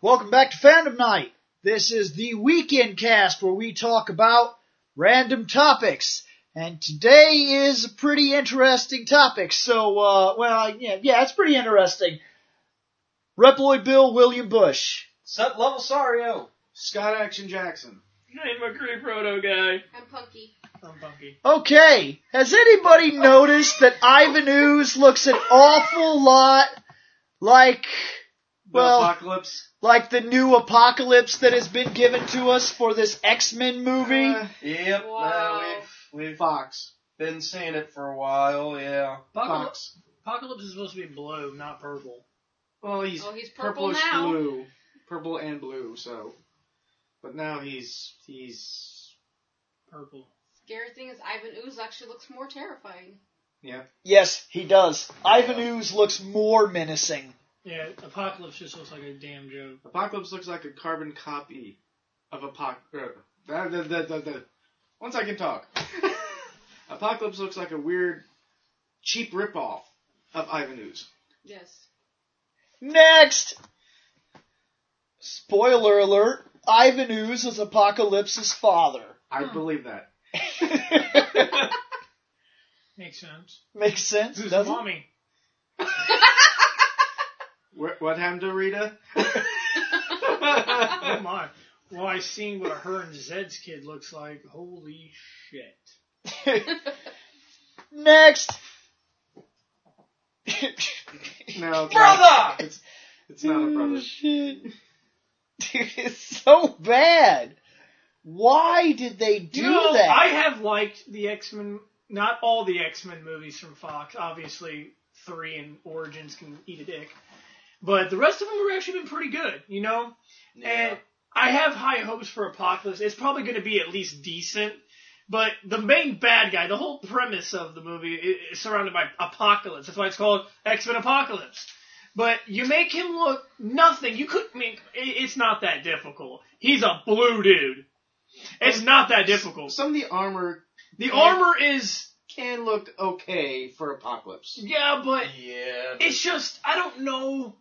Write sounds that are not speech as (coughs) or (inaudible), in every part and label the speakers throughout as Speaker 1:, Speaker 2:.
Speaker 1: Welcome back to Fandom Night. This is the weekend cast where we talk about random topics. And today is a pretty interesting topic. So, uh, well, yeah, yeah, it's pretty interesting. Reploid Bill William Bush.
Speaker 2: Set level Sario.
Speaker 3: Scott Action Jackson.
Speaker 4: I'm a great proto guy.
Speaker 5: I'm punky.
Speaker 4: I'm funky.
Speaker 1: Okay, has anybody noticed that Ivan Ooze looks an awful lot like, Well-
Speaker 3: the apocalypse.
Speaker 1: like the new apocalypse that has been given to us for this X-Men movie?
Speaker 3: Uh,
Speaker 2: Yep.
Speaker 5: Wow.
Speaker 2: uh, we've we've
Speaker 3: Fox.
Speaker 2: been saying it for a while. Yeah.
Speaker 4: Apocalypse,
Speaker 3: Fox.
Speaker 4: Apocalypse is supposed to be blue, not purple.
Speaker 3: Well, he's
Speaker 5: oh, he's purple
Speaker 3: purplish
Speaker 5: now.
Speaker 3: blue, purple and blue. So, but now he's he's
Speaker 4: Purple.
Speaker 5: Scary thing is, Ivan Ooze actually looks more terrifying.
Speaker 1: Yes, he does. Ivan Ooze looks more menacing.
Speaker 4: Yeah, Apocalypse just looks like a damn joke.
Speaker 3: apocalypse looks like a carbon copy of apocalypse. Uh, the, the, the, the, once I can
Speaker 5: (laughs)
Speaker 3: talk, apocalypse looks like a weird cheap ripoff of Ivan Ooze.
Speaker 1: (laughs)
Speaker 5: Yes.
Speaker 1: Next! Spoiler alert, Ivan Ooze is Apocalypse's father. (laughs)
Speaker 3: I
Speaker 4: Hmm.
Speaker 3: believe that.
Speaker 4: Makes sense.
Speaker 1: Makes sense,
Speaker 4: Who's
Speaker 1: doesn't it?
Speaker 4: mommy?
Speaker 3: What, what happened to Rita?
Speaker 4: Oh my. Well, I seen what her and Zed's kid looks like. Holy shit.
Speaker 1: Next!
Speaker 3: No,
Speaker 1: (laughs)
Speaker 3: it's
Speaker 2: Brother!
Speaker 3: Not, it's it's not a brother.
Speaker 1: Oh, Shit. Dude, it's so bad. Why did they do
Speaker 4: you know,
Speaker 1: that?
Speaker 4: I have liked the X Men, not all the X Men movies from Fox. Obviously, three and Origins can eat a dick, but the rest of them have actually been pretty good. You know, and I have high hopes for Apocalypse. It's probably going to be at least decent. But the main bad guy, the whole premise of the movie i- is surrounded by Apocalypse. That's why it's called X Men Apocalypse. But you make him look nothing. You could, I mean, i- it's not that difficult. He's a blue dude. It's not that difficult.
Speaker 3: Some of the armor
Speaker 4: The
Speaker 3: Yeah.
Speaker 4: armor is
Speaker 3: can look okay for Apocalypse.
Speaker 4: yeah, but
Speaker 2: Yeah.
Speaker 4: it's just I don't know.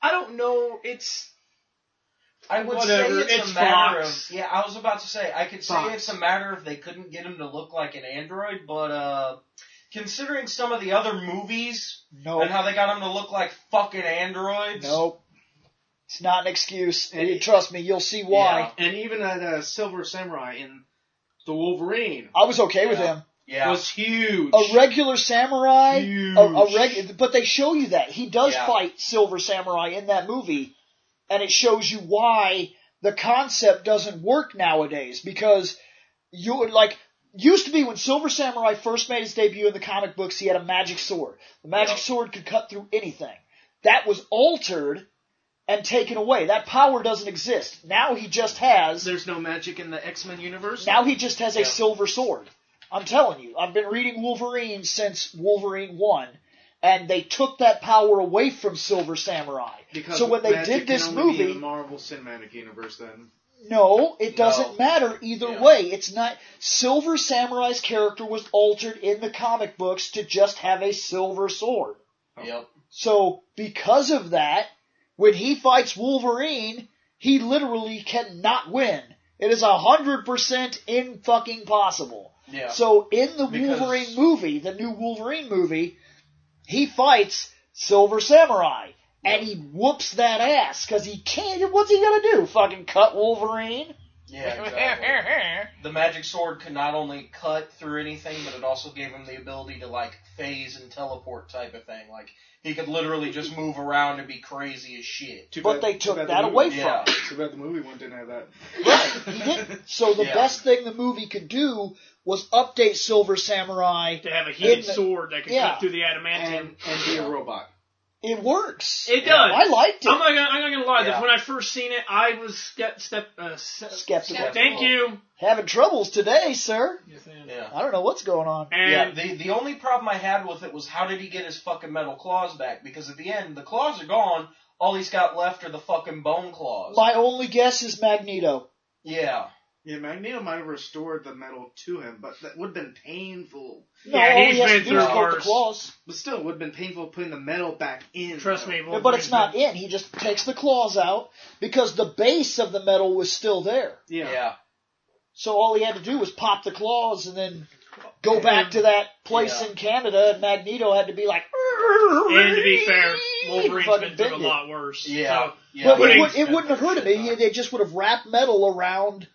Speaker 4: I don't know. It's
Speaker 2: I would
Speaker 4: whatever,
Speaker 2: say it's,
Speaker 4: it's
Speaker 2: a matter
Speaker 4: Fox.
Speaker 2: of. Yeah, I was about to say I could
Speaker 3: Fox.
Speaker 2: say it's a matter of they couldn't get him to look like an android, but uh, considering some of the other movies and
Speaker 1: nope.
Speaker 2: how they got him to look like fucking androids.
Speaker 1: Nope. It's not an excuse.
Speaker 3: And-
Speaker 1: You trust me, you'll see why.
Speaker 3: And even at uh, Silver Samurai in the Wolverine
Speaker 1: I was okay with
Speaker 2: Yeah.
Speaker 1: him.
Speaker 2: Yeah.
Speaker 3: was huge.
Speaker 1: A regular samurai.
Speaker 3: huge.
Speaker 1: a, a reg- but they show you that he does
Speaker 2: Yeah.
Speaker 1: fight Silver Samurai in that movie, and it shows you why the concept doesn't work nowadays because you would, like used to be when Silver Samurai first made his debut in the comic books, he had a magic sword. The magic
Speaker 2: Yep.
Speaker 1: sword could cut through anything. That was altered and taken away. That power doesn't exist now. He just has
Speaker 3: There's no magic in the X Men universe.
Speaker 1: now he just has a
Speaker 2: Yeah.
Speaker 1: silver sword. I'm telling you, I've been reading Wolverine since Wolverine 1, and they took that power away from Silver Samurai.
Speaker 3: because
Speaker 1: so when they
Speaker 3: magic
Speaker 1: did this
Speaker 3: can only be in
Speaker 1: movie,
Speaker 3: the Marvel Cinematic Universe, then
Speaker 1: no, it doesn't
Speaker 2: No.
Speaker 1: matter either
Speaker 2: Yeah.
Speaker 1: way. It's not. Silver Samurai's character was altered in the comic books to just have a silver sword.
Speaker 2: Yep.
Speaker 1: So because of that, when he fights Wolverine, he literally cannot win. It is a hundred percent in fucking possible.
Speaker 2: Yeah.
Speaker 1: So in the
Speaker 2: Because-
Speaker 1: Wolverine movie, the new Wolverine movie, he fights Silver Samurai. And he whoops that ass because he can't. What's he gonna do? Fucking cut Wolverine?
Speaker 2: Yeah. Exactly. the magic sword could not only cut through anything, but it also gave him the ability to like phase and teleport type of thing. Like he could literally just move around and be crazy as shit.
Speaker 3: too
Speaker 1: But
Speaker 3: bad,
Speaker 1: they
Speaker 3: too
Speaker 1: took
Speaker 3: bad
Speaker 1: that
Speaker 3: the
Speaker 1: away
Speaker 3: Movie.
Speaker 2: Yeah.
Speaker 3: Too bad the movie one didn't have that.
Speaker 1: Right, he didn't. So the
Speaker 2: Yeah.
Speaker 1: best thing the movie could do was update Silver Samurai.
Speaker 4: to have a heated
Speaker 1: In the-
Speaker 4: sword that can
Speaker 1: yeah.
Speaker 4: cut through the
Speaker 3: (laughs)
Speaker 4: adamantium.
Speaker 3: And and be a robot.
Speaker 1: It works.
Speaker 4: it
Speaker 2: Yeah.
Speaker 4: does.
Speaker 1: I liked
Speaker 4: I'm
Speaker 1: it.
Speaker 4: not gonna, I'm not gonna lie.
Speaker 2: Yeah.
Speaker 4: That when I first seen it, I was step step. Uh, se-
Speaker 1: Skeptical.
Speaker 5: Yeah.
Speaker 4: thank you.
Speaker 1: Having troubles today, sir.
Speaker 2: Yeah.
Speaker 1: I don't know what's going on.
Speaker 2: Yeah,
Speaker 4: And
Speaker 2: the the only problem I had with it was how did he get his fucking metal claws back? Because at the end the claws are gone, all he's got left are the fucking bone claws.
Speaker 1: My only guess is Magneto.
Speaker 2: Yeah.
Speaker 3: Yeah, Magneto might have restored the metal to him, but that would have been painful.
Speaker 4: Yeah,
Speaker 1: all
Speaker 4: he's
Speaker 1: he has to
Speaker 4: been
Speaker 1: do is
Speaker 4: through
Speaker 1: cut the
Speaker 4: ours.
Speaker 1: claws.
Speaker 3: But still, it would have been painful putting the metal back in.
Speaker 4: Trust
Speaker 3: though.
Speaker 4: me,
Speaker 1: Yeah,
Speaker 4: Wolverine's
Speaker 1: but it's not
Speaker 4: been-
Speaker 1: in. He just takes the claws out because the base of the metal was still there.
Speaker 3: Yeah.
Speaker 2: yeah.
Speaker 1: So all he had to do was pop the claws and then go back to that place
Speaker 2: Yeah.
Speaker 1: in Canada, and Magneto had to be like.
Speaker 4: And to be fair,
Speaker 1: Fucking
Speaker 4: Wolverine's been through a
Speaker 1: bit it.
Speaker 4: lot worse.
Speaker 2: Yeah.
Speaker 4: So,
Speaker 2: yeah.
Speaker 1: But it,
Speaker 4: Putting-
Speaker 1: would, it wouldn't have hurt him. He- They just would have wrapped metal around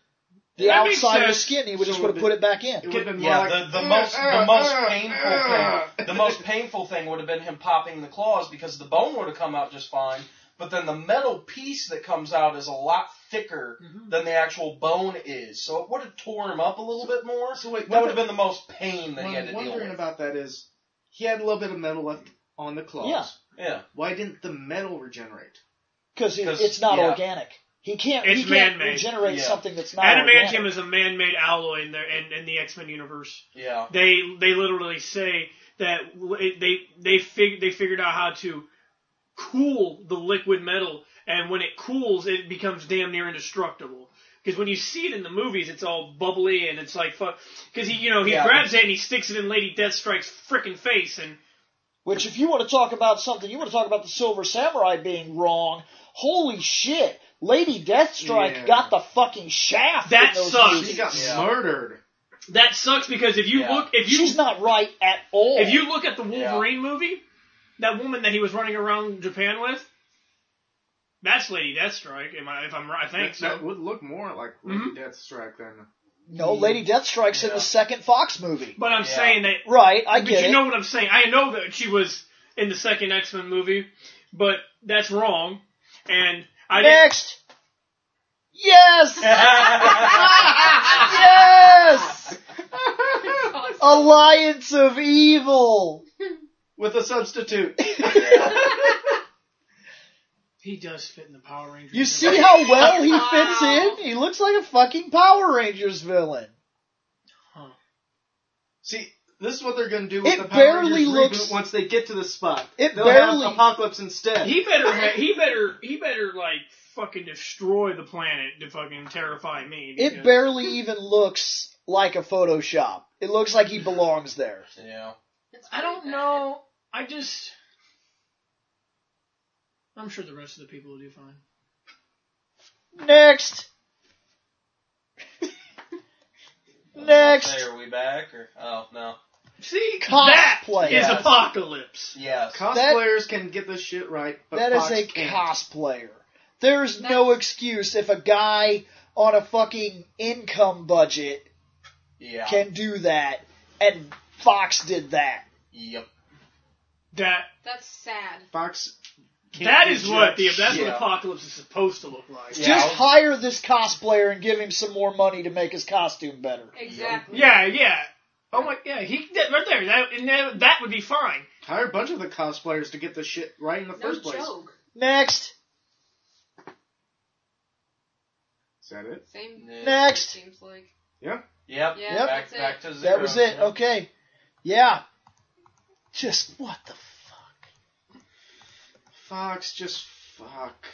Speaker 1: the
Speaker 4: That makes
Speaker 1: outside of his
Speaker 4: sense.
Speaker 1: skin. He would
Speaker 3: So
Speaker 1: just would have
Speaker 3: it-
Speaker 1: put it back in.
Speaker 3: It would have been more
Speaker 2: Yeah,
Speaker 3: like
Speaker 2: the, the
Speaker 3: "Uh,
Speaker 2: most
Speaker 3: uh,
Speaker 2: the most
Speaker 3: uh,
Speaker 2: painful
Speaker 3: uh."
Speaker 2: thing the most painful thing would have been him popping the claws because the bone would have come out just fine, but then the metal piece that comes out is a lot thicker
Speaker 3: Mm-hmm.
Speaker 2: than the actual bone is, so it would have torn him up a little bit more.
Speaker 3: So wait,
Speaker 2: That
Speaker 3: what
Speaker 2: would have been the most pain that
Speaker 3: What
Speaker 2: he had
Speaker 3: I'm
Speaker 2: to deal
Speaker 3: wondering
Speaker 2: with.
Speaker 3: about that is he had a little bit of metal left on the claws.
Speaker 1: Yeah.
Speaker 2: Yeah,
Speaker 3: Why didn't the metal regenerate?
Speaker 1: because
Speaker 2: 'Cause,
Speaker 1: it's not
Speaker 2: yeah.
Speaker 1: organic. He can't.
Speaker 4: It's
Speaker 1: he can't
Speaker 4: man-made.
Speaker 1: regenerate
Speaker 2: Yeah.
Speaker 1: something that's not organic.
Speaker 4: Adamantium is a man-made alloy in the in, in the X-Men universe.
Speaker 2: yeah,
Speaker 4: They they literally say that w- they they fig, they figured out how to cool the liquid metal, and when it cools, it becomes damn near indestructible. Because when you see it in the movies, it's all bubbly and it's like fuck. Because he you know he
Speaker 2: Yeah.
Speaker 4: grabs it and he sticks it in Lady Deathstrike's frickin' face, and
Speaker 1: Which, if you want to talk about something, you want to talk about the Silver Samurai being wrong. Holy shit! Lady Deathstrike
Speaker 3: Yeah.
Speaker 1: got the fucking shaft.
Speaker 4: That
Speaker 1: in those
Speaker 4: sucks.
Speaker 1: movies.
Speaker 3: He got
Speaker 2: Yeah.
Speaker 3: murdered.
Speaker 4: that sucks because if you
Speaker 2: Yeah.
Speaker 4: look if you
Speaker 1: She's not right at all.
Speaker 4: If you look at the
Speaker 2: Yeah.
Speaker 4: Wolverine movie, that woman that he was running around Japan with, that's Lady Deathstrike. Am I? If I'm right, I think
Speaker 3: That, that
Speaker 4: so.
Speaker 3: would look more like
Speaker 1: Mm-hmm.
Speaker 4: Mhm.
Speaker 3: Deathstrike than
Speaker 1: no, Lady Deathstrike's in
Speaker 2: Yeah.
Speaker 1: the second Fox movie.
Speaker 4: But I'm
Speaker 2: Yeah.
Speaker 4: saying that.
Speaker 1: Right, I
Speaker 4: but
Speaker 1: get
Speaker 4: you
Speaker 1: it.
Speaker 4: know what I'm saying. I know that she was in the second X Men movie, but that's wrong. And I didn't.
Speaker 1: Next. Yes. yes.
Speaker 5: Oh,
Speaker 1: Alliance of Evil.
Speaker 3: with a substitute.
Speaker 4: He does fit in the Power Rangers.
Speaker 1: You
Speaker 4: universe.
Speaker 1: see how well he
Speaker 5: Wow.
Speaker 1: fits in? He looks like a fucking Power Rangers villain.
Speaker 3: See, this is what they're going to do with
Speaker 1: It
Speaker 3: the Power
Speaker 1: barely
Speaker 3: Rangers
Speaker 1: looks-
Speaker 3: reboot once they get to the spot.
Speaker 1: It
Speaker 3: They'll
Speaker 1: barely-
Speaker 3: have Apocalypse instead.
Speaker 4: He better. ha- He better. He better like fucking destroy the planet to fucking terrify me.
Speaker 1: It
Speaker 4: because-
Speaker 1: barely even looks like a Photoshop. It looks like he belongs there.
Speaker 2: yeah.
Speaker 5: It's
Speaker 4: I don't
Speaker 5: pretty
Speaker 4: know. I just. I'm sure the rest of the people will do fine.
Speaker 1: Next. Next.
Speaker 2: Say, are we back or oh no?
Speaker 4: See,
Speaker 1: Cosplay.
Speaker 4: that is
Speaker 2: Yes.
Speaker 4: apocalypse.
Speaker 2: Yes.
Speaker 3: Cosplayers can get this shit right, but
Speaker 1: That is
Speaker 3: Fox
Speaker 1: a
Speaker 3: can't.
Speaker 1: cosplayer. There is no excuse if a guy on a fucking income budget
Speaker 2: Yeah.
Speaker 1: can do that, and Fox did that.
Speaker 2: Yep.
Speaker 4: That
Speaker 5: bad. That's sad.
Speaker 3: Fox. Can't
Speaker 4: that
Speaker 3: do
Speaker 4: is what the
Speaker 3: jack
Speaker 4: that's what
Speaker 2: Yeah.
Speaker 4: apocalypse is supposed to look like.
Speaker 2: Yeah.
Speaker 1: Just hire this cosplayer and give him some more money to make his costume better.
Speaker 5: Exactly.
Speaker 4: Yeah, yeah. Oh my, yeah. He that, right there. That and that, that would be fine.
Speaker 3: Hire a bunch of the cosplayers to get this shit right in the
Speaker 5: No
Speaker 3: first place.
Speaker 5: joke.
Speaker 1: Next,
Speaker 3: Is that it?
Speaker 5: Same.
Speaker 1: Next.
Speaker 5: Seems like.
Speaker 2: Yep.
Speaker 5: Yeah,
Speaker 1: Yep.
Speaker 2: Back
Speaker 5: that's it.
Speaker 2: back to zero.
Speaker 1: that was it. Okay, yeah. Just what the fuck?
Speaker 3: Fox, just fuck.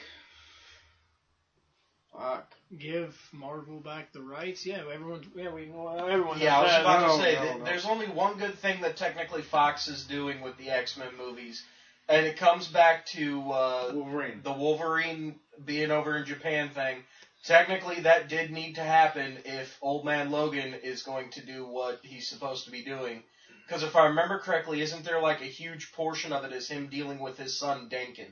Speaker 3: Fuck.
Speaker 4: Give Marvel back the rights. Yeah, everyone. Yeah, we. Well, everyone.
Speaker 2: Yeah, I
Speaker 4: knows
Speaker 2: was
Speaker 4: that.
Speaker 2: about to
Speaker 3: no,
Speaker 2: say
Speaker 3: no,
Speaker 2: th-
Speaker 3: no.
Speaker 2: there's only one good thing that technically Fox is doing with the X Men movies, and it comes back to uh,
Speaker 3: Wolverine.
Speaker 2: the Wolverine being over in Japan thing. Technically, that did need to happen if Old Man Logan is going to do what he's supposed to be doing. Because if I remember correctly, isn't there like a huge portion of it is him dealing with his son Denkin,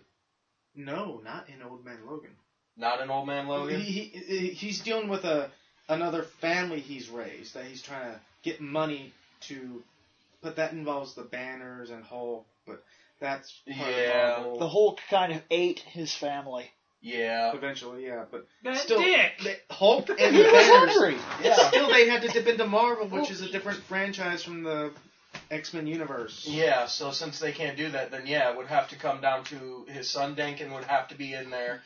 Speaker 3: No, not in Old Man Logan.
Speaker 2: not an Old Man Logan?
Speaker 3: He, he- he he's dealing with a another family he's raised that he's trying to get money to, but that involves the banners and Hulk. But that's part
Speaker 2: Yeah.
Speaker 3: of Marvel.
Speaker 1: The Hulk kind of ate his family.
Speaker 2: Yeah.
Speaker 3: Eventually, yeah, but
Speaker 4: That
Speaker 3: still,
Speaker 4: dick.
Speaker 3: the Hulk (laughs) and
Speaker 1: He
Speaker 3: the
Speaker 1: was
Speaker 3: banners.
Speaker 1: hungry.
Speaker 2: Yeah.
Speaker 3: Still, they had to dip into Marvel, which is a different franchise from the X Men universe.
Speaker 2: Yeah, so since they can't do that, then yeah, it would have to come down to his son Denkin would have to be in there.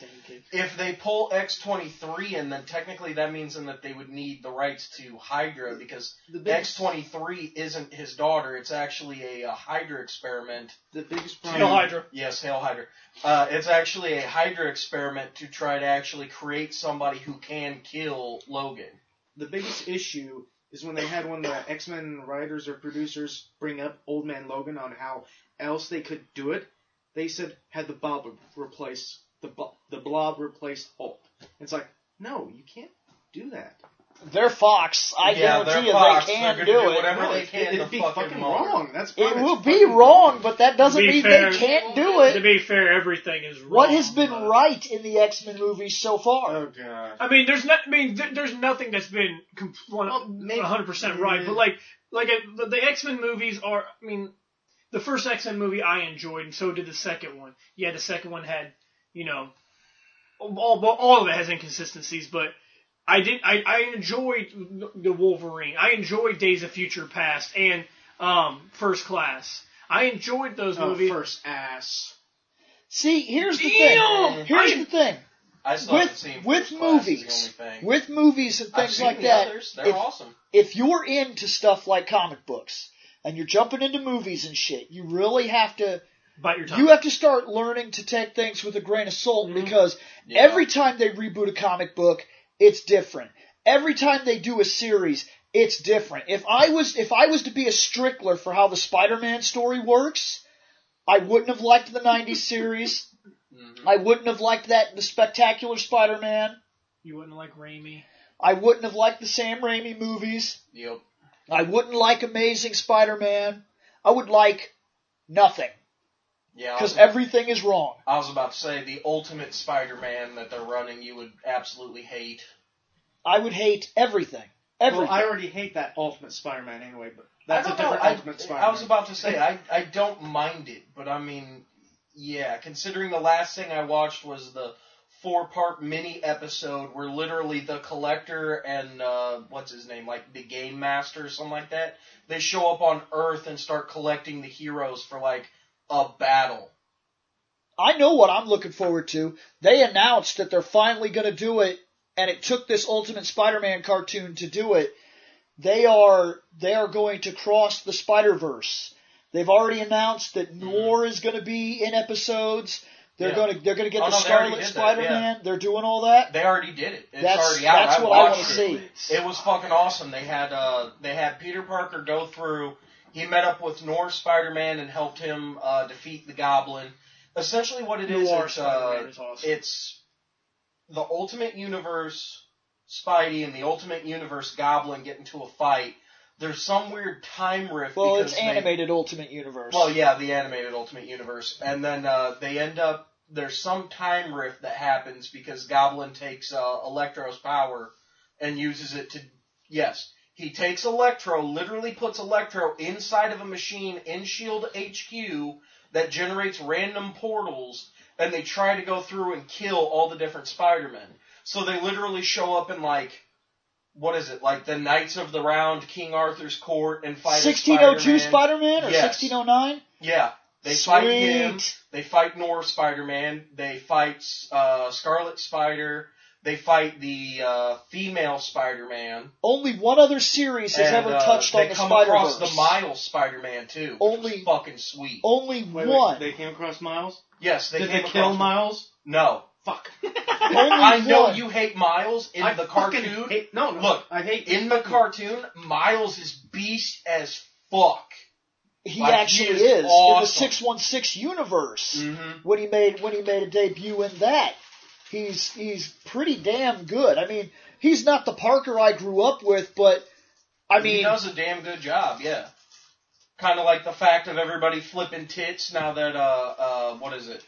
Speaker 2: If they pull X twenty three in, then technically that means then that they would need the rights to Hydra because
Speaker 3: The biggest-
Speaker 2: X twenty three isn't his daughter; it's actually a, uh Hydra experiment.
Speaker 3: The biggest problem.
Speaker 4: Hail Hydra.
Speaker 2: Yes, Hail Hydra. Uh, it's actually a Hydra experiment to try to actually create somebody who can kill Logan.
Speaker 3: the biggest issue is when they had one of the X Men writers or producers bring up Old Man Logan on how else they could do it. They said had the Bob replace the Bo- the Blob replace Hulk. It's like no, you can't do that.
Speaker 1: They're Fox. I
Speaker 2: yeah,
Speaker 1: guarantee
Speaker 2: they're
Speaker 1: you
Speaker 2: Fox.
Speaker 1: they
Speaker 2: They're
Speaker 1: can't
Speaker 2: gonna
Speaker 1: do
Speaker 2: do
Speaker 1: it.
Speaker 2: whatever
Speaker 3: No,
Speaker 2: they
Speaker 3: it-
Speaker 2: can
Speaker 3: it'd
Speaker 2: to
Speaker 3: be
Speaker 2: fucking
Speaker 3: fucking
Speaker 2: market.
Speaker 3: wrong. That's
Speaker 1: It
Speaker 3: fine.
Speaker 1: will
Speaker 3: It's
Speaker 1: be
Speaker 3: fucking
Speaker 1: wrong, but that doesn't
Speaker 4: Be
Speaker 1: mean
Speaker 4: fair.
Speaker 1: they can't do
Speaker 4: To
Speaker 1: it.
Speaker 4: be fair, everything is wrong.
Speaker 1: What has been
Speaker 4: but-
Speaker 1: right in the X Men movies so far?
Speaker 3: Oh god.
Speaker 4: I mean, there's not. I mean, th- there's nothing that's been one
Speaker 3: Well, Oh, maybe-
Speaker 4: hundred percent right. But like, like uh, the, the X Men movies are. I mean, the first X Men movie I enjoyed, and so did the second one. Yeah, the second one had, you know, all well, all of it has inconsistencies, but I did. I I enjoyed the Wolverine. I enjoyed Days of Future Past and um First Class. I enjoyed those
Speaker 3: Oh,
Speaker 4: movies.
Speaker 3: first ass.
Speaker 1: See, here's the
Speaker 4: Damn!
Speaker 1: thing. Here's
Speaker 4: I-
Speaker 1: the thing.
Speaker 2: I still haven't
Speaker 1: With
Speaker 2: seen
Speaker 1: with
Speaker 2: First Class,
Speaker 1: movies,
Speaker 2: It's the only thing.
Speaker 1: with movies and
Speaker 2: I've
Speaker 1: things
Speaker 2: seen
Speaker 1: like
Speaker 2: the
Speaker 1: that.
Speaker 2: others. They're
Speaker 1: if-
Speaker 2: awesome.
Speaker 1: if you're into stuff like comic books and you're jumping into movies and shit, you really have to
Speaker 4: Bite your tongue.
Speaker 1: you have to start learning to take things with a grain of salt
Speaker 4: Mhm.
Speaker 1: because
Speaker 2: Mm-hmm. Yeah.
Speaker 1: every time they reboot a comic book, it's different. Every time they do a series, it's different. If I was if I was to be a strickler for how the Spider-Man story works, I wouldn't have liked the 90s series.
Speaker 2: Mhm.
Speaker 1: I wouldn't have liked that the Spectacular Spider-Man.
Speaker 4: you wouldn't like Raimi.
Speaker 1: I wouldn't have liked the Sam Raimi movies.
Speaker 2: Yep.
Speaker 1: I wouldn't like Amazing Spider-Man. I would like nothing
Speaker 2: Yeah. I
Speaker 1: because
Speaker 2: was,
Speaker 1: everything is wrong.
Speaker 2: I was about to say the ultimate Spider-Man that they're running, you would absolutely hate.
Speaker 1: I would hate everything. Everything.
Speaker 3: Well, I already hate that Ultimate Spider-Man anyway, but
Speaker 2: That's
Speaker 3: that's
Speaker 2: I
Speaker 3: a
Speaker 2: don't know,
Speaker 3: different
Speaker 2: I-
Speaker 3: Ultimate
Speaker 2: I,
Speaker 3: Spider-Man.
Speaker 2: was about to say I I don't mind it, but I mean, yeah, considering the last thing I watched was the four part mini episode where literally the collector and uh, what's his name like the game master or something like that they show up on Earth and start collecting the heroes for like a battle.
Speaker 1: I know what I'm looking forward to. They announced that they're finally going to do it, and it took this Ultimate Spider-Man cartoon to do it. They are they are going to cross the Spider Verse. They've already announced that Noir is going to be in episodes. They're
Speaker 2: Mm-hmm. Yeah.
Speaker 1: going to they're going to get
Speaker 2: Oh,
Speaker 1: the
Speaker 2: no, they
Speaker 1: Scarlet
Speaker 2: already did that, yeah.
Speaker 1: Spider-Man. They're doing all that.
Speaker 2: They already did it. It's
Speaker 1: that's
Speaker 2: already out.
Speaker 1: that's
Speaker 2: I
Speaker 3: Oh,
Speaker 1: what I
Speaker 2: watched
Speaker 1: want to
Speaker 2: it.
Speaker 1: see.
Speaker 2: It was fucking awesome. They had uh they had Peter Parker go through. He met up with North Spider Man and helped him uh, defeat the Goblin. Essentially, what it is,
Speaker 4: Noir
Speaker 2: it's,
Speaker 4: Spider-Man
Speaker 2: uh,
Speaker 4: is awesome.
Speaker 2: it's the Ultimate Universe Spidey and the Ultimate Universe Goblin get into a fight. There's some weird time rift.
Speaker 1: Well,
Speaker 2: because
Speaker 1: it's
Speaker 2: they-
Speaker 1: animated Ultimate Universe.
Speaker 2: well, yeah, the animated Ultimate Universe, and then uh, they end up there's some time rift that happens because Goblin takes uh, Electro's power and uses it to yes, he takes Electro, literally puts Electro inside of a machine in Shield HQ that generates random portals, and they try to go through and kill all the different Spider-Men. So they literally show up in like. What is it like? The Knights of the Round, King Arthur's court, and fight. as
Speaker 1: 1602
Speaker 2: Spider-Man.
Speaker 1: Spider-Man or
Speaker 2: Yes.
Speaker 1: 1609?
Speaker 2: Yeah. They fight him. They fight North Spider Man. They fight uh, Scarlet Spider. They fight the uh, female Spider Man.
Speaker 1: Only one other series has ever touched
Speaker 2: uh, they
Speaker 1: on the
Speaker 2: come
Speaker 1: Spider
Speaker 2: across
Speaker 1: Verse.
Speaker 2: the Miles Spider Man too. which
Speaker 1: Only-
Speaker 2: was fucking sweet.
Speaker 1: Only
Speaker 3: Wait, wait,
Speaker 1: one.
Speaker 3: they came across Miles.
Speaker 2: yes, they
Speaker 3: Oh, Did
Speaker 2: came
Speaker 3: they kill
Speaker 2: across-
Speaker 3: Miles?
Speaker 2: No. (laughs)
Speaker 3: Fuck.
Speaker 1: Only
Speaker 2: I know
Speaker 1: one.
Speaker 2: you hate Miles in
Speaker 3: I
Speaker 2: the
Speaker 3: fucking
Speaker 2: cartoon.
Speaker 3: Hate, no, no,
Speaker 2: Look,
Speaker 3: I hate
Speaker 2: in the cartoon, Miles is beast as fuck.
Speaker 1: He
Speaker 2: Like, he
Speaker 1: actually
Speaker 2: is
Speaker 1: is, in the
Speaker 2: awesome.
Speaker 1: 616 universe.
Speaker 2: Mm-hmm.
Speaker 1: When he made when he made a debut in that, he's he's pretty damn good. I mean, he's not the Parker I grew up with, but I
Speaker 2: he
Speaker 1: mean,
Speaker 2: does a damn good job. Yeah, kind of like the fact of everybody flipping tits now that uh uh what is it?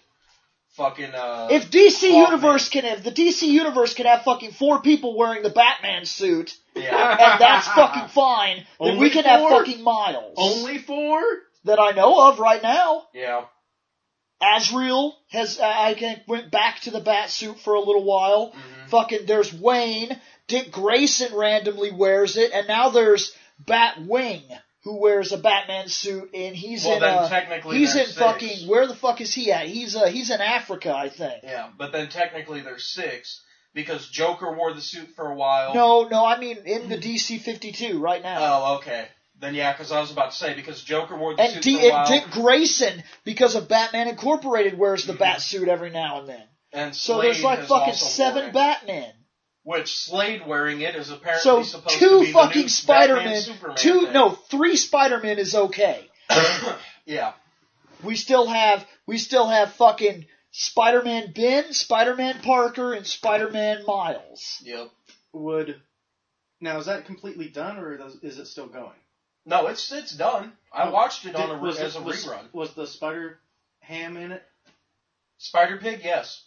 Speaker 2: Fucking uh.
Speaker 1: if DC
Speaker 2: Hawkman.
Speaker 1: Universe can have the DC Universe can have fucking four people wearing the Batman suit,
Speaker 2: yeah.
Speaker 1: and
Speaker 2: (laughs)
Speaker 1: that's fucking fine. Then we
Speaker 3: Only
Speaker 1: can have
Speaker 3: four?
Speaker 1: fucking Miles.
Speaker 3: Only four?
Speaker 1: that I know of right now.
Speaker 2: Yeah.
Speaker 1: Azrael has I I think went back to the bat suit for a little while.
Speaker 2: Mm-hmm.
Speaker 1: Fucking there's Wayne. Dick Grayson randomly wears it, and now there's Batwing who wears a Batman suit, and he's
Speaker 2: Well,
Speaker 1: in
Speaker 2: then
Speaker 1: uh,
Speaker 2: technically
Speaker 1: he's in
Speaker 2: there's six.
Speaker 1: fucking where the fuck is he at? He's uh, he's in Africa, I think.
Speaker 2: Yeah, but then technically there's six because Joker wore the suit for a while.
Speaker 1: No, no, I mean in the DC 52 right now.
Speaker 2: Oh, okay. Then yeah, because I was about to say because Joker wore the
Speaker 1: and,
Speaker 2: suit
Speaker 1: D-
Speaker 2: for a
Speaker 1: and
Speaker 2: while,
Speaker 1: Dick Grayson, because of Batman Incorporated, wears the
Speaker 2: Mhm.
Speaker 1: bat suit every now and then.
Speaker 2: and
Speaker 1: So
Speaker 2: Slade
Speaker 1: there's like
Speaker 2: has
Speaker 1: fucking
Speaker 2: also worn
Speaker 1: seven
Speaker 2: it.
Speaker 1: Batmen.
Speaker 2: Which Slade wearing it is apparently
Speaker 1: So
Speaker 2: supposed to
Speaker 1: two
Speaker 2: be the new
Speaker 1: fucking
Speaker 2: Batman,
Speaker 1: Spider-Man,
Speaker 2: Superman
Speaker 1: two
Speaker 2: thing.
Speaker 1: no, three Spider-Man is okay.
Speaker 2: (coughs) yeah,
Speaker 1: We still have we still have fucking Spider-Man Ben, Spider-Man Parker, and Spider-Man Miles.
Speaker 2: yep.
Speaker 3: Would now is that completely done or does, is it still going?
Speaker 2: No, it's it's done. I watched it on a
Speaker 3: Did-
Speaker 2: re-
Speaker 3: was,
Speaker 2: as a
Speaker 3: was-
Speaker 2: rerun.
Speaker 3: Was the spider ham in it?
Speaker 2: Spider Pig, yes.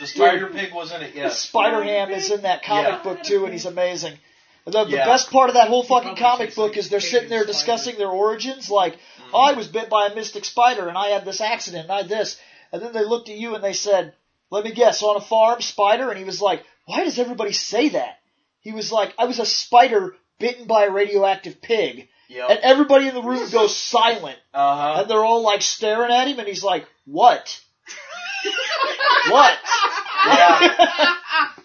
Speaker 2: The Spider Pig was in it, yes.
Speaker 1: (laughs) Spider Ham is in that comic
Speaker 2: Yeah.
Speaker 1: book too, and he's amazing. The, the
Speaker 2: Yeah.
Speaker 1: best part of that whole fucking
Speaker 4: probably
Speaker 1: comic
Speaker 4: takes,
Speaker 1: book
Speaker 4: like,
Speaker 1: is they're
Speaker 4: pages
Speaker 1: sitting there
Speaker 4: spider.
Speaker 1: discussing their origins, like,
Speaker 2: Mm-hmm.
Speaker 1: I was bit by a mystic spider, and I had this accident, and I had this. And then they looked at you and they said, let me guess, on a farm, spider? And he was like, why does everybody say that? He was like, I was a spider bitten by a radioactive pig. And
Speaker 2: Yep.
Speaker 1: everybody in the room goes silent,
Speaker 2: Uh
Speaker 1: (laughs)
Speaker 2: huh.
Speaker 1: and they're all like staring at him, and he's like, what? (laughs) what?
Speaker 5: (laughs)
Speaker 2: Yeah.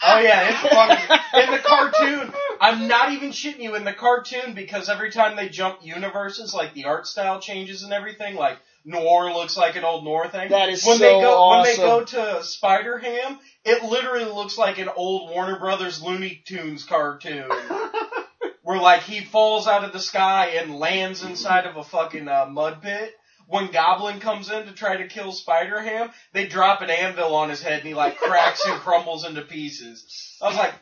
Speaker 2: Oh yeah, it's fucking in
Speaker 5: (laughs)
Speaker 2: the cartoon. I'm not even shitting you in the cartoon because every time they jump universes, like the art style changes and everything, like Noir looks like an old Noir thing.
Speaker 1: That is
Speaker 2: when
Speaker 1: so
Speaker 2: they go when they go
Speaker 1: awesome.
Speaker 2: to Spider Ham, it literally looks like an old Warner Brothers Looney
Speaker 1: (laughs)
Speaker 2: Tunes cartoon. Where like he falls out of the sky and lands inside of a fucking uh, mud pit. When Goblin comes in to try to kill Spider Ham, they drop an anvil on his head and he like cracks
Speaker 1: (laughs)
Speaker 2: and crumbles into pieces. I was like,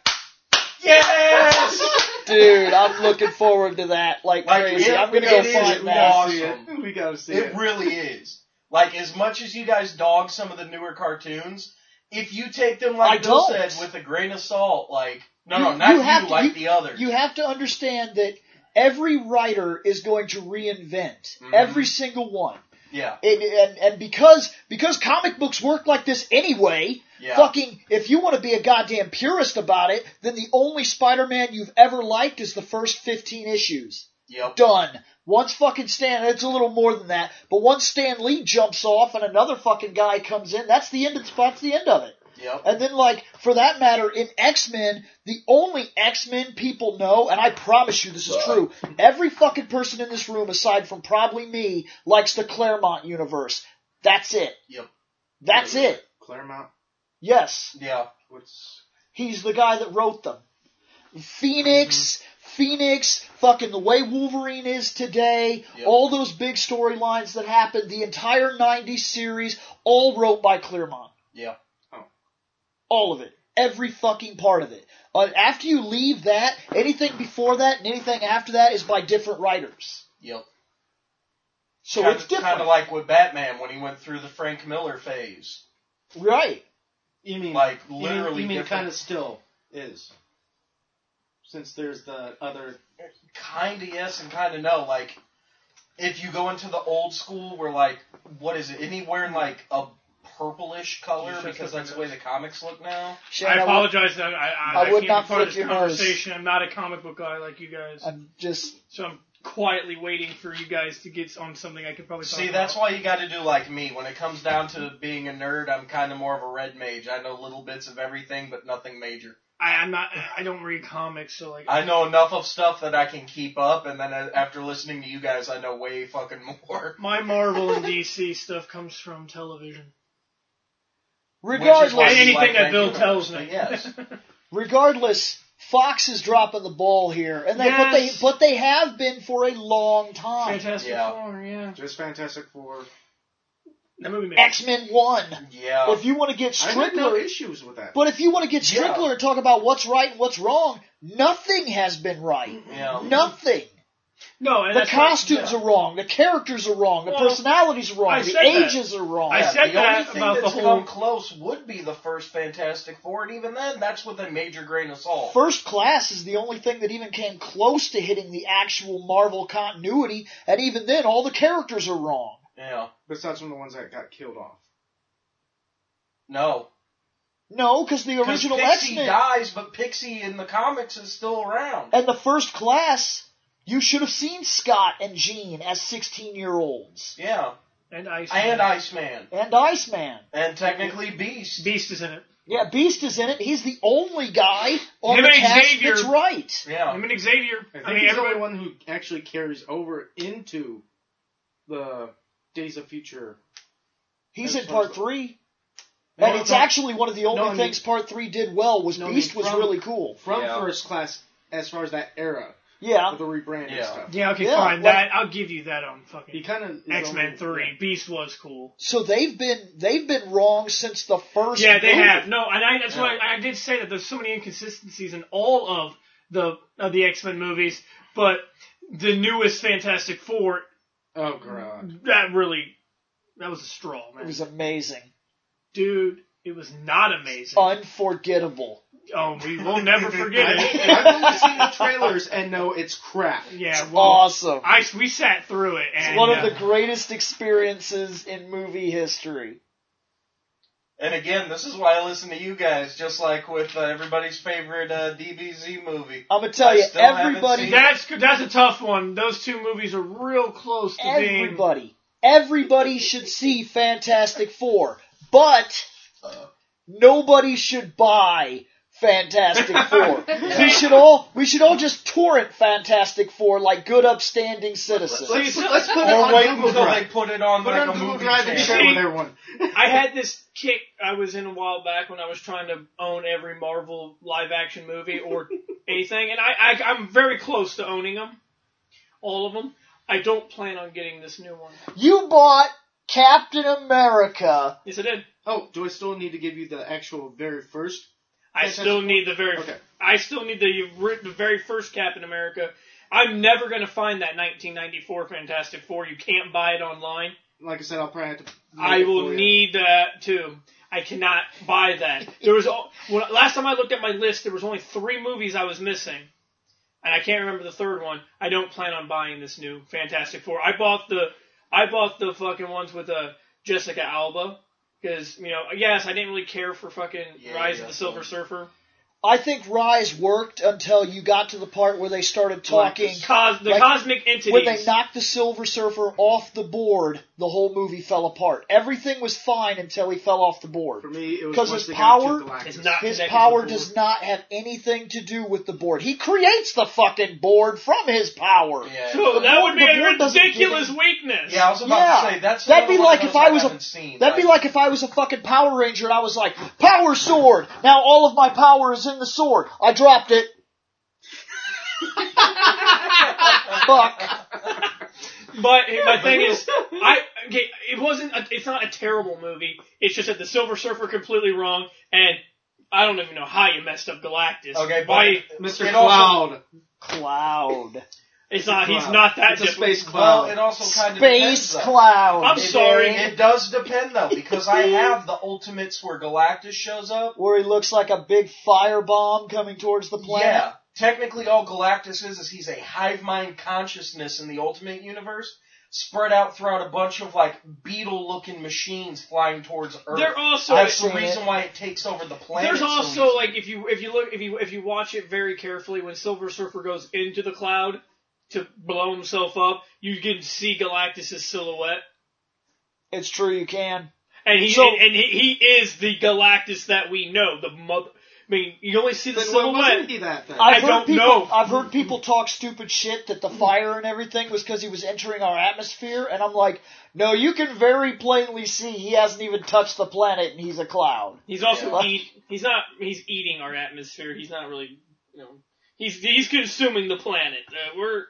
Speaker 2: yes,
Speaker 1: Dude, I'm looking forward to that like,
Speaker 2: Like,
Speaker 1: crazy.
Speaker 2: it-
Speaker 1: I'm gonna go
Speaker 2: it is
Speaker 1: find that.
Speaker 2: awesome.
Speaker 3: We gotta see it. We gotta see
Speaker 2: it
Speaker 3: it.
Speaker 2: really is. Like as much as you guys dog some of the newer cartoons, if you take them like
Speaker 1: I
Speaker 2: Bill
Speaker 1: don't.
Speaker 2: said with a grain of salt, like no,
Speaker 1: You-
Speaker 2: no, not
Speaker 1: you
Speaker 2: you,
Speaker 1: have to-
Speaker 2: like
Speaker 1: you-
Speaker 2: the others.
Speaker 1: You have to understand that every writer is going to reinvent
Speaker 2: Mhm.
Speaker 1: every single one.
Speaker 2: yeah,
Speaker 1: And, and, and because because comic books work like this anyway,
Speaker 2: yeah.
Speaker 1: fucking if you want to be a goddamn purist about it, then the only Spider-Man you've ever liked is the first 15 issues.
Speaker 2: Yep.
Speaker 1: Done. Once fucking Stan, it's a little more than that, but once Stan Lee jumps off and another fucking guy comes in, that's the end of that's the end of it.
Speaker 2: Yep.
Speaker 1: And then, like, for that matter, in X Men, the only X Men people know, and I promise you this is true, every fucking person in this room, aside from probably me, likes the Claremont universe. That's it.
Speaker 2: Yep.
Speaker 1: That's it.
Speaker 3: Claremont.
Speaker 1: Yes.
Speaker 2: Yeah.
Speaker 3: What's
Speaker 1: He's the guy that wrote them. Phoenix,
Speaker 2: Mm-hmm.
Speaker 1: Phoenix, fucking the way Wolverine is today,
Speaker 2: Yep.
Speaker 1: all those big storylines that happened, the entire 90s series, all wrote by Claremont. Oh.
Speaker 2: Yeah.
Speaker 1: All of it. Every fucking part of it. Uh, after you leave that, anything before that and anything after that is by different writers.
Speaker 2: Yep.
Speaker 1: So
Speaker 2: kind
Speaker 1: it's
Speaker 2: of,
Speaker 1: different.
Speaker 2: Kind of like with Batman when he went through the Frank Miller phase.
Speaker 1: right.
Speaker 3: you mean?
Speaker 2: Like
Speaker 3: you mean-
Speaker 2: literally,
Speaker 3: You mean,
Speaker 2: different-
Speaker 3: kind of still is. Since there's the other
Speaker 2: kind of yes and kind of no. Like, if you go into the old school, where like, what is it? Anywhere in like a purplish color
Speaker 4: You shut
Speaker 2: because
Speaker 4: the
Speaker 2: that's the way the comics look now.
Speaker 1: Shannon,
Speaker 4: I
Speaker 1: I would-
Speaker 4: apologize that I, I,
Speaker 1: I
Speaker 4: I
Speaker 1: would
Speaker 4: can't
Speaker 1: not
Speaker 4: be part
Speaker 1: flick
Speaker 4: of this
Speaker 1: your nose.
Speaker 4: conversation. I'm not a comic book guy like you guys,
Speaker 1: I'm just.
Speaker 4: so I'm quietly waiting for you guys to get on something I could probably.
Speaker 2: See,
Speaker 4: talk
Speaker 2: that's
Speaker 4: about.
Speaker 2: why you got to do like me. When it comes down to being a nerd, I'm kind of more of a red mage. I know little bits of everything, but nothing major.
Speaker 4: I, I'm not. I don't read comics, so like.
Speaker 2: I know enough of stuff that I can keep up, and then uh, after listening to you guys, I know way fucking (laughs) more.
Speaker 4: my Marvel and DC stuff comes from television.
Speaker 2: is why
Speaker 1: Regardless.
Speaker 2: you
Speaker 4: And anything
Speaker 2: like
Speaker 4: that Bill
Speaker 2: Vancouver,
Speaker 4: tells
Speaker 2: so
Speaker 4: me.
Speaker 2: Yes.
Speaker 1: regardless, Fox is dropping the ball here, and they but they
Speaker 4: Yes.
Speaker 1: but they have been for a long time.
Speaker 4: (laughs) Fantastic
Speaker 2: Yeah.
Speaker 4: Four, yeah.
Speaker 3: just Fantastic Four.
Speaker 4: That movie made
Speaker 1: X Men One.
Speaker 2: Yeah.
Speaker 1: If you want to get
Speaker 3: I had no
Speaker 1: Strickler,
Speaker 3: issues with that.
Speaker 1: but if you want to get
Speaker 2: Yeah.
Speaker 1: Strickler and talk about what's right and what's wrong, nothing has been right.
Speaker 2: Yeah.
Speaker 1: Nothing.
Speaker 4: no, and
Speaker 1: The
Speaker 4: that's why-
Speaker 1: costumes
Speaker 2: yeah.
Speaker 1: are wrong. The characters are wrong. The
Speaker 4: Well,
Speaker 1: personalities are wrong.
Speaker 4: I
Speaker 1: The
Speaker 4: said that.
Speaker 1: ages are wrong.
Speaker 4: I said
Speaker 2: the
Speaker 4: that
Speaker 2: only thing
Speaker 4: about the
Speaker 2: that's
Speaker 4: whole-
Speaker 2: come close would be the first Fantastic Four, and even then, that's with a major grain of salt.
Speaker 1: First Class is the only thing that even came close to hitting the actual Marvel continuity, and even then, all the characters are wrong.
Speaker 2: yeah,
Speaker 3: Besides from the ones that got killed off.
Speaker 2: no,
Speaker 1: No, because the
Speaker 2: 'Cause
Speaker 1: original X
Speaker 2: Pixie
Speaker 1: Men
Speaker 2: dies, but Pixie in the comics is still around.
Speaker 1: And the first class, you should have seen Scott and Jean as 16 year olds.
Speaker 2: Yeah,
Speaker 4: and Ice
Speaker 2: and Iceman,
Speaker 1: And Iceman.
Speaker 2: and technically Beast.
Speaker 4: Beast is in it.
Speaker 1: Yeah, Beast is in it. He's the only guy on
Speaker 4: Him
Speaker 1: the
Speaker 4: and
Speaker 1: cast
Speaker 4: Xavier.
Speaker 1: that's right.
Speaker 2: Yeah,
Speaker 4: Him and Xavier.
Speaker 3: I think
Speaker 4: I mean,
Speaker 3: he's
Speaker 4: everyone.
Speaker 3: the only one who actually carries over into the Days of Future.
Speaker 1: He's
Speaker 3: That's
Speaker 1: in part
Speaker 3: awesome.
Speaker 1: three. And
Speaker 3: No,
Speaker 1: it's
Speaker 3: no.
Speaker 1: actually one of the only
Speaker 3: No, I mean-
Speaker 1: things Part Three did well was
Speaker 3: No, I mean,
Speaker 1: Beast was
Speaker 3: from-
Speaker 1: really cool.
Speaker 3: From
Speaker 2: Yeah.
Speaker 3: first class, as far as that era
Speaker 1: Yeah,
Speaker 3: of the rebranding
Speaker 2: Yeah.
Speaker 3: stuff.
Speaker 4: Yeah, okay,
Speaker 1: Yeah,
Speaker 4: fine.
Speaker 1: well-
Speaker 4: that I'll give you that on
Speaker 3: He
Speaker 4: fucking
Speaker 3: kind of
Speaker 4: X Men Three. Beast was cool.
Speaker 1: so they've been they've been wrong since the first.
Speaker 4: Yeah, they
Speaker 1: movie.
Speaker 4: have no, and I, that's why
Speaker 2: Yeah.
Speaker 4: I did say that there's so many inconsistencies in all of the of the X Men movies, but the newest Fantastic Four
Speaker 3: Oh (laughs) god.
Speaker 4: that really that was a straw,
Speaker 1: It
Speaker 4: man.
Speaker 1: was amazing,
Speaker 4: Dude, it was not amazing.
Speaker 1: unforgettable.
Speaker 4: oh, we
Speaker 1: (laughs)
Speaker 4: will never forget it.
Speaker 3: I, (laughs) I've only seen the trailers and know it's crap.
Speaker 4: Yeah, well,
Speaker 1: awesome.
Speaker 4: I we sat through it, and
Speaker 1: It's one of
Speaker 4: uh,
Speaker 1: the greatest experiences in movie history.
Speaker 2: And again, this is why I listen to you guys, just like with uh, everybody's favorite uh, DBZ movie.
Speaker 1: I'm gonna tell
Speaker 2: I
Speaker 1: you,
Speaker 2: still haven't
Speaker 1: everybody,
Speaker 2: seen it.
Speaker 4: that's that's a tough one. Those two movies are real close to being
Speaker 1: everybody, everybody should see Fantastic Four, but nobody should buy Fantastic Four. We should all we should all just torrent Fantastic Four like good, upstanding citizens.
Speaker 3: Let's, let's put it
Speaker 2: Or
Speaker 3: on
Speaker 2: wait
Speaker 3: Google
Speaker 2: until they
Speaker 3: Drive.
Speaker 2: put it on
Speaker 3: Put
Speaker 2: like
Speaker 3: it on
Speaker 2: a
Speaker 3: Google
Speaker 2: movie
Speaker 3: Drive and
Speaker 2: channel.
Speaker 3: share it with everyone.
Speaker 4: I had this kick I was in a while back when I was trying to own every Marvel live action
Speaker 3: (laughs)
Speaker 4: movie or anything, and I, I I'm very close to owning them, all of them. I don't plan on getting this new one.
Speaker 1: You bought Captain America.
Speaker 4: Yes, I did.
Speaker 3: Oh, do I still need to give you the actual very first?
Speaker 4: I
Speaker 3: Fantastic
Speaker 4: still need the very.
Speaker 3: Okay.
Speaker 4: I still need the the very first Captain America. I'm never gonna find that 1994 Fantastic Four. You can't buy it online.
Speaker 3: Like I said, I'll probably have to.
Speaker 4: I will
Speaker 3: Oh, yeah.
Speaker 4: need that too. I cannot buy that. There was al- when, last time I looked at my list, there was only three movies I was missing, and I can't remember the third one. I don't plan on buying this new Fantastic Four. I bought the I bought the fucking ones with uh, Jessica Alba because you know yes I didn't really care for fucking
Speaker 2: Yeah,
Speaker 4: Rise of
Speaker 2: yeah.
Speaker 4: the Silver Surfer.
Speaker 1: I think Rise worked until you got to the part where they started talking.
Speaker 4: Cos the
Speaker 1: Like,
Speaker 4: cosmic entities.
Speaker 1: when they knocked the Silver Surfer off the board, the whole movie fell apart. Everything was fine until he fell off the board.
Speaker 3: For me, it was
Speaker 1: 'Cause
Speaker 3: once
Speaker 1: his
Speaker 3: they got to
Speaker 1: power
Speaker 3: Galactus.
Speaker 4: is not-
Speaker 1: His
Speaker 4: connected
Speaker 1: power
Speaker 4: to the
Speaker 1: does
Speaker 4: board.
Speaker 1: not have anything to do with the board. He creates the fucking board from his power.
Speaker 2: Yeah.
Speaker 4: so that would be
Speaker 1: The
Speaker 4: a
Speaker 1: board doesn't give
Speaker 4: ridiculous
Speaker 1: it-
Speaker 4: weakness.
Speaker 2: Yeah, I was about
Speaker 1: Yeah.
Speaker 2: to say that's
Speaker 1: That'd be
Speaker 2: another one
Speaker 1: like
Speaker 2: of
Speaker 1: if
Speaker 2: those
Speaker 1: I was a-
Speaker 2: haven't seen.
Speaker 1: That'd be like if I was a fucking Power Ranger and I was like, Power Sword! Now all of my power is in the sword. I dropped it. Fuck.
Speaker 4: But my
Speaker 3: (laughs)
Speaker 4: thing is, I okay, it wasn't. A, it's not a terrible movie. It's just that the Silver Surfer completely wrong, and I don't even know how you messed up Galactus.
Speaker 2: okay,
Speaker 4: why
Speaker 2: but
Speaker 3: Mr.
Speaker 2: It also-
Speaker 3: Cloud.
Speaker 1: Cloud.
Speaker 4: it's not? He's
Speaker 3: Cloud.
Speaker 4: not that.
Speaker 3: It's a
Speaker 4: different.
Speaker 3: space
Speaker 2: Well,
Speaker 3: cloud.
Speaker 2: it also kind of
Speaker 1: Space
Speaker 2: depends, though.
Speaker 1: Cloud.
Speaker 4: I'm
Speaker 2: It-
Speaker 4: sorry.
Speaker 2: It does depend though,
Speaker 4: (laughs)
Speaker 2: because I have the Ultimates where Galactus shows up.
Speaker 1: Where he looks like a big firebomb coming towards the planet.
Speaker 2: Yeah, technically all Galactus is is he's a hive mind consciousness in the Ultimate universe, spread out throughout a bunch of like beetle-looking machines flying towards Earth.
Speaker 4: They're also.
Speaker 1: I've
Speaker 2: That's the
Speaker 1: seen
Speaker 2: reason why it takes over the planet.
Speaker 4: There's
Speaker 2: so
Speaker 4: also
Speaker 2: easily.
Speaker 4: like if you if you look if you if you watch it very carefully when Silver Surfer goes into the cloud to blow himself up, you can see Galactus' silhouette.
Speaker 1: It's true, you can.
Speaker 4: And he
Speaker 1: So-
Speaker 4: and, and he, he is the Galactus that we know. The mother. I mean, you only see the
Speaker 3: Then why
Speaker 4: silhouette.
Speaker 3: wasn't he that then?
Speaker 4: I
Speaker 1: I've heard
Speaker 4: don't
Speaker 1: people,
Speaker 4: know. Mm-hmm.
Speaker 1: I've heard people talk stupid shit that the fire and everything was because he was entering our atmosphere, and I'm like, no, you can very plainly see he hasn't even touched the planet and he's a cloud.
Speaker 4: He's also
Speaker 1: Yeah.
Speaker 4: eat. He's not. He's eating our atmosphere. He's not really. You know. He's he's consuming the planet. Uh, we're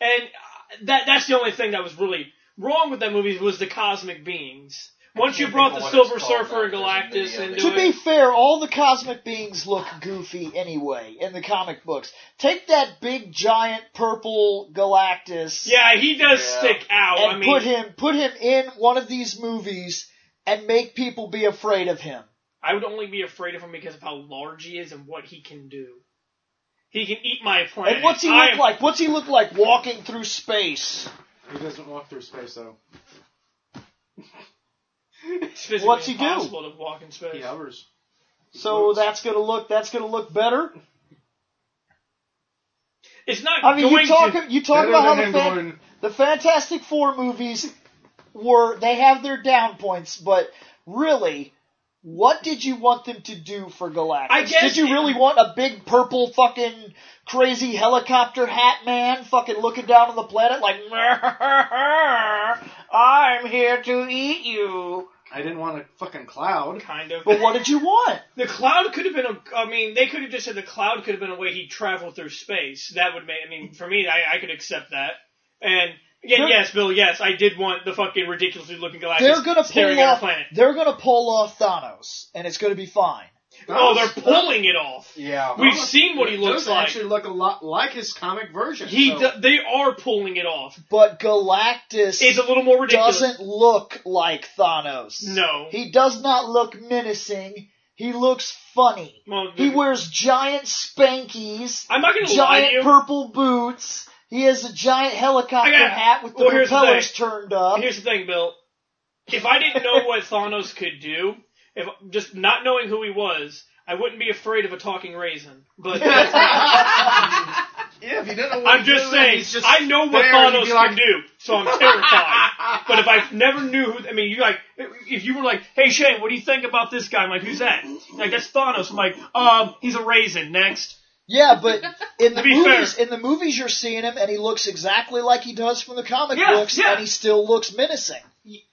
Speaker 4: and uh, that that's the only thing that was really wrong with that movie was the cosmic beings. Once you
Speaker 2: can't
Speaker 4: brought
Speaker 2: think
Speaker 4: the
Speaker 2: of what
Speaker 4: Silver
Speaker 2: it's called
Speaker 4: Surfer and
Speaker 2: now. There's a
Speaker 4: Galactus
Speaker 2: video
Speaker 4: into
Speaker 2: Do
Speaker 1: To be
Speaker 4: it,
Speaker 1: fair, all the cosmic beings look goofy anyway in the comic books. Take that big giant purple Galactus
Speaker 4: yeah, he does
Speaker 2: Yeah.
Speaker 4: stick out.
Speaker 1: and
Speaker 4: I mean,
Speaker 1: put him put him in one of these movies and make people be afraid of him.
Speaker 4: I would only be afraid of him because of how large he is and what he can do. He can eat my planet.
Speaker 1: And what's he
Speaker 4: I
Speaker 1: look
Speaker 4: am-
Speaker 1: like? What's he look like walking through space?
Speaker 3: He doesn't walk through space
Speaker 4: (laughs)
Speaker 3: though.
Speaker 4: It's physically
Speaker 1: What's he do?
Speaker 4: impossible to walk in space.
Speaker 3: He hovers.
Speaker 1: So that's gonna look that's gonna look
Speaker 4: (laughs)
Speaker 1: better.
Speaker 4: It's not
Speaker 1: I mean,
Speaker 4: going
Speaker 1: you talk
Speaker 4: to.
Speaker 1: you talk
Speaker 3: Better
Speaker 1: about how
Speaker 3: than
Speaker 1: the,
Speaker 3: him
Speaker 1: fan-
Speaker 3: going,
Speaker 1: the Fantastic Four movies were they have their down points, but really, what did you want them to do for Galactus?
Speaker 4: I guess
Speaker 1: did you
Speaker 4: it-
Speaker 1: really want a big purple fucking crazy helicopter hat man fucking looking down (laughs) on the planet like I'm here to eat you?
Speaker 3: I didn't want a fucking cloud.
Speaker 4: Kind of.
Speaker 1: But what did you
Speaker 4: (laughs)
Speaker 1: want?
Speaker 4: The cloud could have been a. I mean, they could have just said the cloud could have been a way he traveled through space. That would make. I mean, for me, I, I could accept that. And again,
Speaker 1: They're-
Speaker 4: yes, Bill. Yes, I did want the fucking ridiculously looking Galactus
Speaker 1: They're gonna
Speaker 4: staring
Speaker 1: pull
Speaker 4: at our
Speaker 1: off.
Speaker 4: planet.
Speaker 1: They're gonna pull off Thanos, and it's gonna be fine.
Speaker 4: Oh, they're pulling it off.
Speaker 2: Yeah.
Speaker 4: We've seen what he looks
Speaker 3: does
Speaker 4: like.
Speaker 3: actually look a lot like his comic version.
Speaker 4: He.
Speaker 3: so- (laughs)
Speaker 4: d- they are pulling it off.
Speaker 1: But Galactus
Speaker 4: It's a little more ridiculous.
Speaker 1: doesn't look like Thanos.
Speaker 4: No.
Speaker 1: he does not look menacing. He looks funny.
Speaker 4: Well,
Speaker 1: He wears giant spankies,
Speaker 4: I'm not gonna lie to you.
Speaker 1: giant purple boots. He has a giant helicopter
Speaker 4: I got-
Speaker 1: hat with the
Speaker 4: well, here's the
Speaker 1: propellers turned up. (laughs)
Speaker 4: Here's the thing, Bill. If I didn't know what Thanos could do, if just not knowing who he was, I wouldn't be afraid of a talking raisin. But
Speaker 1: (laughs)
Speaker 3: Yeah, if you don't know what
Speaker 4: I'm
Speaker 3: he's
Speaker 4: just
Speaker 3: doing,
Speaker 4: saying,
Speaker 3: he's just
Speaker 4: I know what
Speaker 3: there, and you'd
Speaker 4: Thanos
Speaker 3: be like,
Speaker 4: can do, so I'm terrified. but if I never knew who, I mean, you like, if you were like, hey Shane, what do you think about this guy? I'm like, who's that? Like, that's Thanos. I'm like, um, he's a raisin. Next.
Speaker 1: Yeah, but in the
Speaker 4: be
Speaker 1: movies, in the movies, you're seeing him, and he looks exactly like he does from the comic
Speaker 4: Yeah,
Speaker 1: books,
Speaker 4: yeah.
Speaker 1: and he still looks menacing.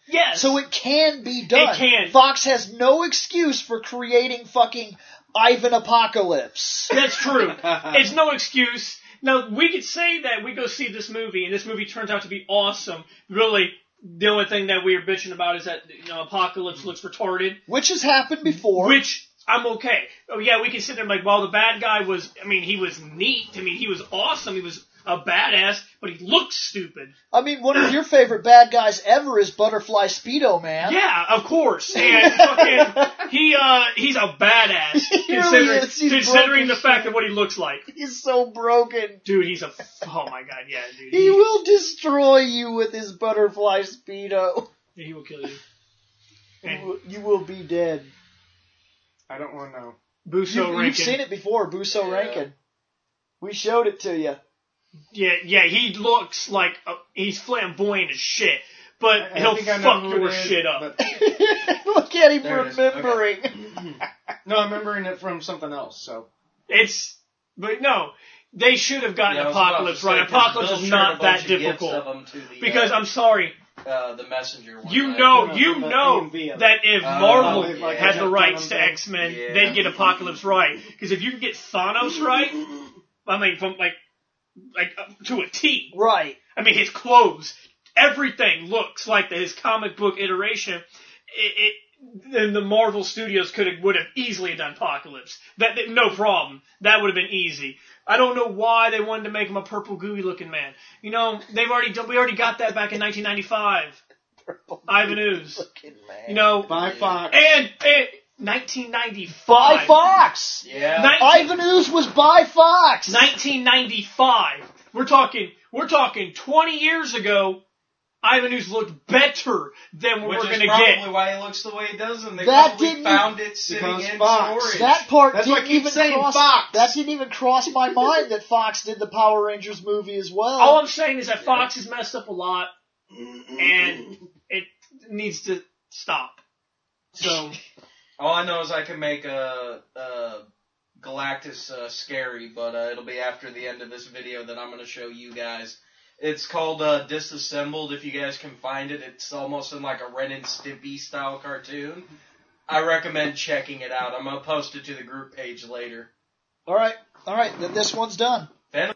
Speaker 4: Yes.
Speaker 1: So it can be done.
Speaker 4: It can.
Speaker 1: Fox has no excuse for creating fucking Ivan Apocalypse.
Speaker 4: That's true.
Speaker 3: (laughs)
Speaker 4: it's no excuse. Now we could say that we go see this movie and this movie turns out to be awesome. Really, the only thing that we are bitching about is that you know Apocalypse looks retarded,
Speaker 1: Which has happened before.
Speaker 4: which I'm okay. Oh yeah, we can sit there and like, well, the bad guy was. I mean, he was neat. I mean, he was awesome. He was a badass, but he looked stupid.
Speaker 1: I mean, one of your favorite bad guys ever is Butterfly Speedo Man.
Speaker 4: Yeah,
Speaker 3: (laughs)
Speaker 4: of course.
Speaker 1: (laughs)
Speaker 4: And fucking, he uh, he's a
Speaker 3: (laughs)
Speaker 4: badass
Speaker 1: really
Speaker 4: considering
Speaker 1: is. He's
Speaker 4: considering
Speaker 1: broken
Speaker 4: the fact of what he looks like.
Speaker 1: He's so broken.
Speaker 4: Dude, he's a. Oh my god, yeah, dude.
Speaker 1: He will destroy you with his Butterfly Speedo.
Speaker 4: He will kill you.
Speaker 1: You
Speaker 4: And
Speaker 1: will- You will be dead.
Speaker 3: I don't want to know.
Speaker 4: Buso
Speaker 1: you,
Speaker 4: Rankin.
Speaker 1: have seen it before, Buso Rankin. We showed it to you. (laughs)
Speaker 4: Yeah, yeah, he looks like a, he's flamboyant as shit, but
Speaker 3: I- I
Speaker 4: he'll
Speaker 3: think I know
Speaker 4: fuck
Speaker 3: who it
Speaker 4: your
Speaker 3: is,
Speaker 4: shit up.
Speaker 3: but-
Speaker 1: Look at him
Speaker 2: There it is.
Speaker 1: remembering.
Speaker 3: no, I'm remembering it from something else. So
Speaker 4: It's but no, they should have gotten
Speaker 2: Yeah, I was about to
Speaker 4: Apocalypse
Speaker 2: say,
Speaker 4: right.
Speaker 2: 'cause Bill
Speaker 4: Apocalypse is
Speaker 2: shared a
Speaker 4: not
Speaker 2: bunch
Speaker 4: that
Speaker 2: of gifs of
Speaker 4: difficult
Speaker 2: 'em to the,
Speaker 4: because
Speaker 2: uh,
Speaker 4: I'm sorry,
Speaker 2: uh, the messenger. One
Speaker 4: you
Speaker 2: night.
Speaker 4: know,
Speaker 3: no,
Speaker 4: you
Speaker 3: but
Speaker 4: know
Speaker 3: AMV of it.
Speaker 4: that if
Speaker 2: Uh,
Speaker 4: Marvel
Speaker 2: if I
Speaker 4: had
Speaker 2: could
Speaker 4: the
Speaker 3: have
Speaker 4: rights
Speaker 3: done
Speaker 4: to
Speaker 3: them,
Speaker 4: X Men,
Speaker 2: yeah.
Speaker 4: they'd get Apocalypse right because if you can get Thanos right, I mean, from like like uh, to a T,
Speaker 1: Right.
Speaker 4: I mean, his clothes, everything looks like the, his comic book iteration. It, it then the Marvel Studios could have would have easily done Apocalypse. That, that- no problem. That would have been easy. I don't know why they wanted to make him a purple gooey looking man. You know, they've already done, we already got that back in 1995. Ivan Ooze.
Speaker 1: Fucking man.
Speaker 4: You know,
Speaker 3: by
Speaker 2: Yeah.
Speaker 3: Fox,
Speaker 4: and, and
Speaker 1: by
Speaker 4: 1995.
Speaker 1: Fox.
Speaker 2: Yeah.
Speaker 4: Night-
Speaker 1: Ivan Ooze was by Fox.
Speaker 4: 1995. We're talking we're talking 20 years ago. Ivanhoe's looked better than what
Speaker 2: which
Speaker 4: we're
Speaker 2: is
Speaker 4: going to
Speaker 2: probably
Speaker 4: get.
Speaker 2: why it looks the way it does, and they
Speaker 1: That
Speaker 2: probably
Speaker 1: didn't-
Speaker 2: found it sitting
Speaker 3: Because
Speaker 2: in
Speaker 3: Fox.
Speaker 2: storage.
Speaker 1: That part
Speaker 3: That's why I
Speaker 1: didn't
Speaker 3: keep
Speaker 1: even
Speaker 3: saying
Speaker 1: cross.
Speaker 3: Fox.
Speaker 1: That didn't even cross my mind that Fox did the Power Rangers movie as well.
Speaker 3: Oh,
Speaker 4: All I'm saying is that Fox has messed up a lot and it needs to stop. So
Speaker 2: All I know is I can make a, uh Galactus uh, scary, but uh, it'll be after the end of this video that I'm going to show you guys. It's called uh, Disassembled. If you guys can find it, it's almost in like a Ren and Stimpy style cartoon. I recommend checking it out. I'm going to post it to the group page later.
Speaker 1: all right, all right. Then this one's done.
Speaker 2: Then